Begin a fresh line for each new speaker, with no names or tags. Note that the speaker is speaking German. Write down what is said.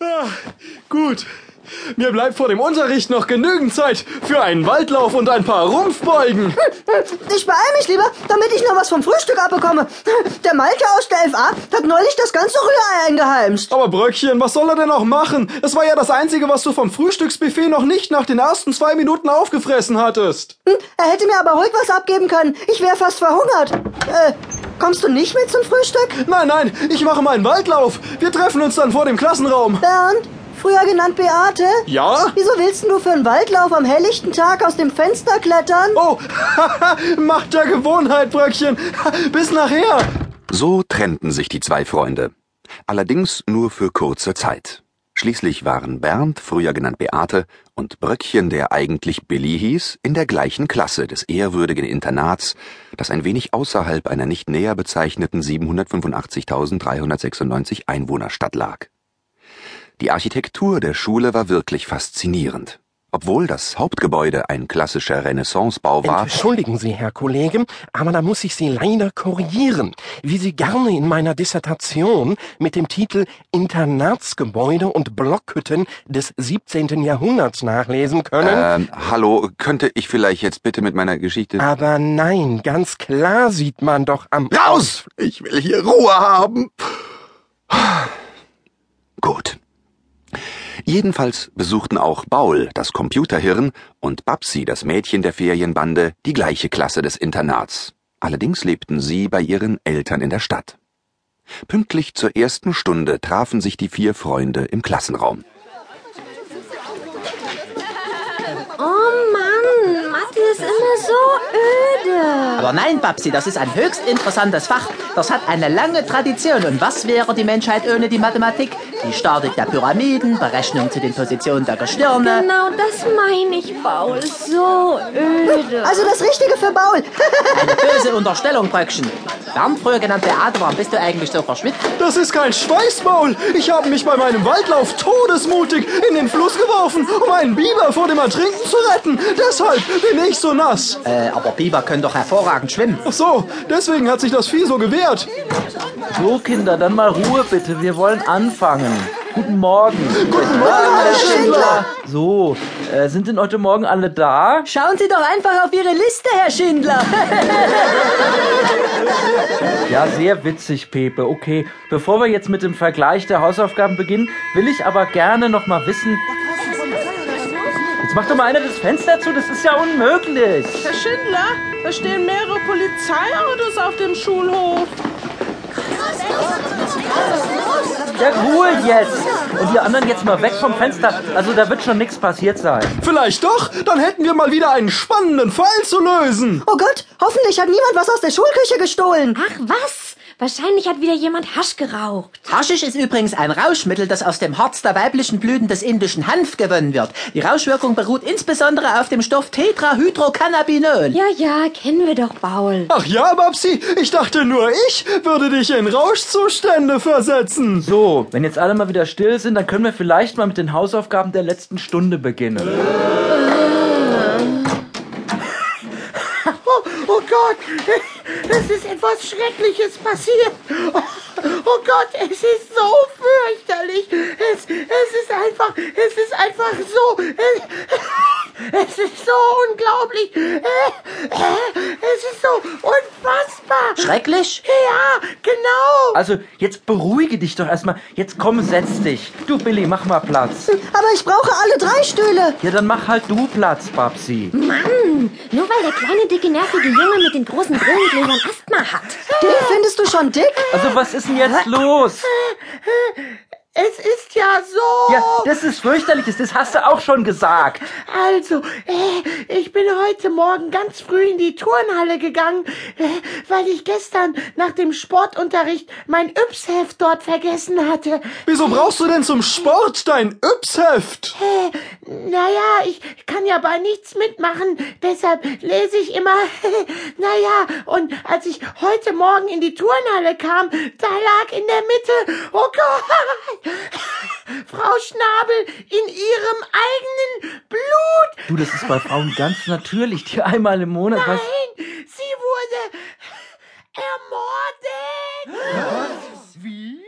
Ah, gut. Mir bleibt vor dem Unterricht noch genügend Zeit für einen Waldlauf und ein paar Rumpfbeugen.
Ich beeil mich lieber, damit ich noch was vom Frühstück abbekomme. Der Malte aus der FA hat neulich das ganze Rührei eingeheimst.
Aber Bröckchen, was soll er denn auch machen? Es war ja das Einzige, was du vom Frühstücksbuffet noch nicht nach den ersten zwei Minuten aufgefressen hattest.
Hm, Er hätte mir aber ruhig was abgeben können. Ich wäre fast verhungert. Äh, kommst du nicht mit zum Frühstück?
Nein, nein, ich mache meinen Waldlauf. Wir treffen uns dann vor dem Klassenraum.
Bernd, früher genannt Beate?
Ja?
Wieso willst denn du für einen Waldlauf am helllichten Tag aus dem Fenster klettern?
Oh, macht der Gewohnheit, Bröckchen. Bis nachher.
So trennten sich die zwei Freunde. Allerdings nur für kurze Zeit. Schließlich waren Bernd, früher genannt Beate, und Bröckchen, der eigentlich Billy hieß, in der gleichen Klasse des ehrwürdigen Internats, das ein wenig außerhalb einer nicht näher bezeichneten 785.396 Einwohnerstadt lag. Die Architektur der Schule war wirklich faszinierend. Obwohl das Hauptgebäude ein klassischer Renaissancebau war,
Entschuldigen Sie, Herr Kollege, aber da muss ich Sie leider korrigieren, wie Sie gerne in meiner Dissertation mit dem Titel Internatsgebäude und Blockhütten des 17. Jahrhunderts nachlesen können.
ähm, hallo, könnte ich vielleicht jetzt bitte mit meiner Geschichte...
Aber nein, ganz klar sieht man doch am
Raus! Ich will hier Ruhe haben. Gut. Jedenfalls besuchten auch Baul, das Computerhirn, und Babsi, das Mädchen der Ferienbande, die gleiche Klasse des Internats. Allerdings lebten sie bei ihren Eltern in der Stadt. Pünktlich zur ersten Stunde trafen sich die vier Freunde im Klassenraum.
Oh Mann, Mathe ist immer so öde.
Aber nein, Babsi, das ist ein höchst interessantes Fach. Das hat eine lange Tradition. Und was wäre die Menschheit ohne die Mathematik? Die Statik der Pyramiden, Berechnung zu den Positionen der Gestirne.
Genau das meine ich, Paul. So öde.
Also das Richtige für Baul.
Eine böse Unterstellung, Bröckchen. Bernd, früher genannt Beate, warum bist du eigentlich so verschwitzt?
Das ist kein Schweißmaul. Ich habe mich bei meinem Waldlauf todesmutig in den Fluss geworfen, um einen Biber vor dem Ertrinken zu retten. Deshalb bin ich so nass.
Äh, aber Biber können doch hervorragend schwimmen.
Ach so, deswegen hat sich das Vieh so gewehrt.
So, Kinder, dann mal Ruhe bitte. Wir wollen anfangen. Guten Morgen. Ah,
Guten Morgen, Herr Schindler.
So, äh, sind denn heute Morgen alle da?
Schauen Sie doch einfach auf Ihre Liste, Herr Schindler.
Ja, sehr witzig, Pepe. Okay, bevor wir jetzt mit dem Vergleich der Hausaufgaben beginnen, will ich aber gerne noch mal wissen. Jetzt mach doch mal einer das Fenster zu, das ist ja unmöglich.
Herr Schindler, da stehen mehrere Polizeiautos auf dem Schulhof.
Ja, Ruhe jetzt. Und die anderen jetzt mal weg vom Fenster. Also da wird schon nichts passiert sein.
Vielleicht doch, dann hätten wir mal wieder einen spannenden Fall zu lösen.
Oh Gott, hoffentlich hat niemand was aus der Schulküche gestohlen.
Ach was? Wahrscheinlich hat wieder jemand Hasch geraucht.
Haschisch ist übrigens ein Rauschmittel, das aus dem Harz der weiblichen Blüten des indischen Hanf gewonnen wird. Die Rauschwirkung beruht insbesondere auf dem Stoff Tetrahydrocannabinol.
Ja, ja, kennen wir doch, Paul.
Ach ja, Babsi, ich dachte nur, ich würde dich in Rauschzustände versetzen.
So, wenn jetzt alle mal wieder still sind, dann können wir vielleicht mal mit den Hausaufgaben der letzten Stunde beginnen.
Oh, oh Gott, es ist etwas Schreckliches passiert. Oh, oh Gott, es ist so fürchterlich. Es, es ist einfach, es ist einfach so. Es, es ist so unglaublich. Es ist so unfassbar.
Schrecklich?
Ja, genau.
Also, jetzt beruhige dich doch erstmal. Jetzt komm, setz dich. Du, Billy, mach mal Platz.
Aber ich brauche alle drei Stühle.
Ja, dann mach halt du Platz, Babsi.
Mann, nur weil der kleine, dicke, nervige Junge mit den großen Brillengläsern Asthma hat.
Den findest du schon dick?
Also, was ist denn jetzt los?
Es ist ja so.
Ja, das ist fürchterlich. Das hast du auch schon gesagt.
Also, äh, ich bin heute Morgen ganz früh in die Turnhalle gegangen, äh, weil ich gestern nach dem Sportunterricht mein Yps-Heft dort vergessen hatte.
Wieso brauchst du denn zum Sport dein Yps-Heft?
Äh, naja, ich kann ja bei nichts mitmachen, deshalb lese ich immer. naja, und als ich heute Morgen in die Turnhalle kam, da lag in der Mitte, oh Gott, Frau Schnabel in ihrem eigenen Blut.
Du, das ist bei Frauen ganz natürlich. Die einmal im Monat. Was?
Nein, sie wurde ermordet.
Wie?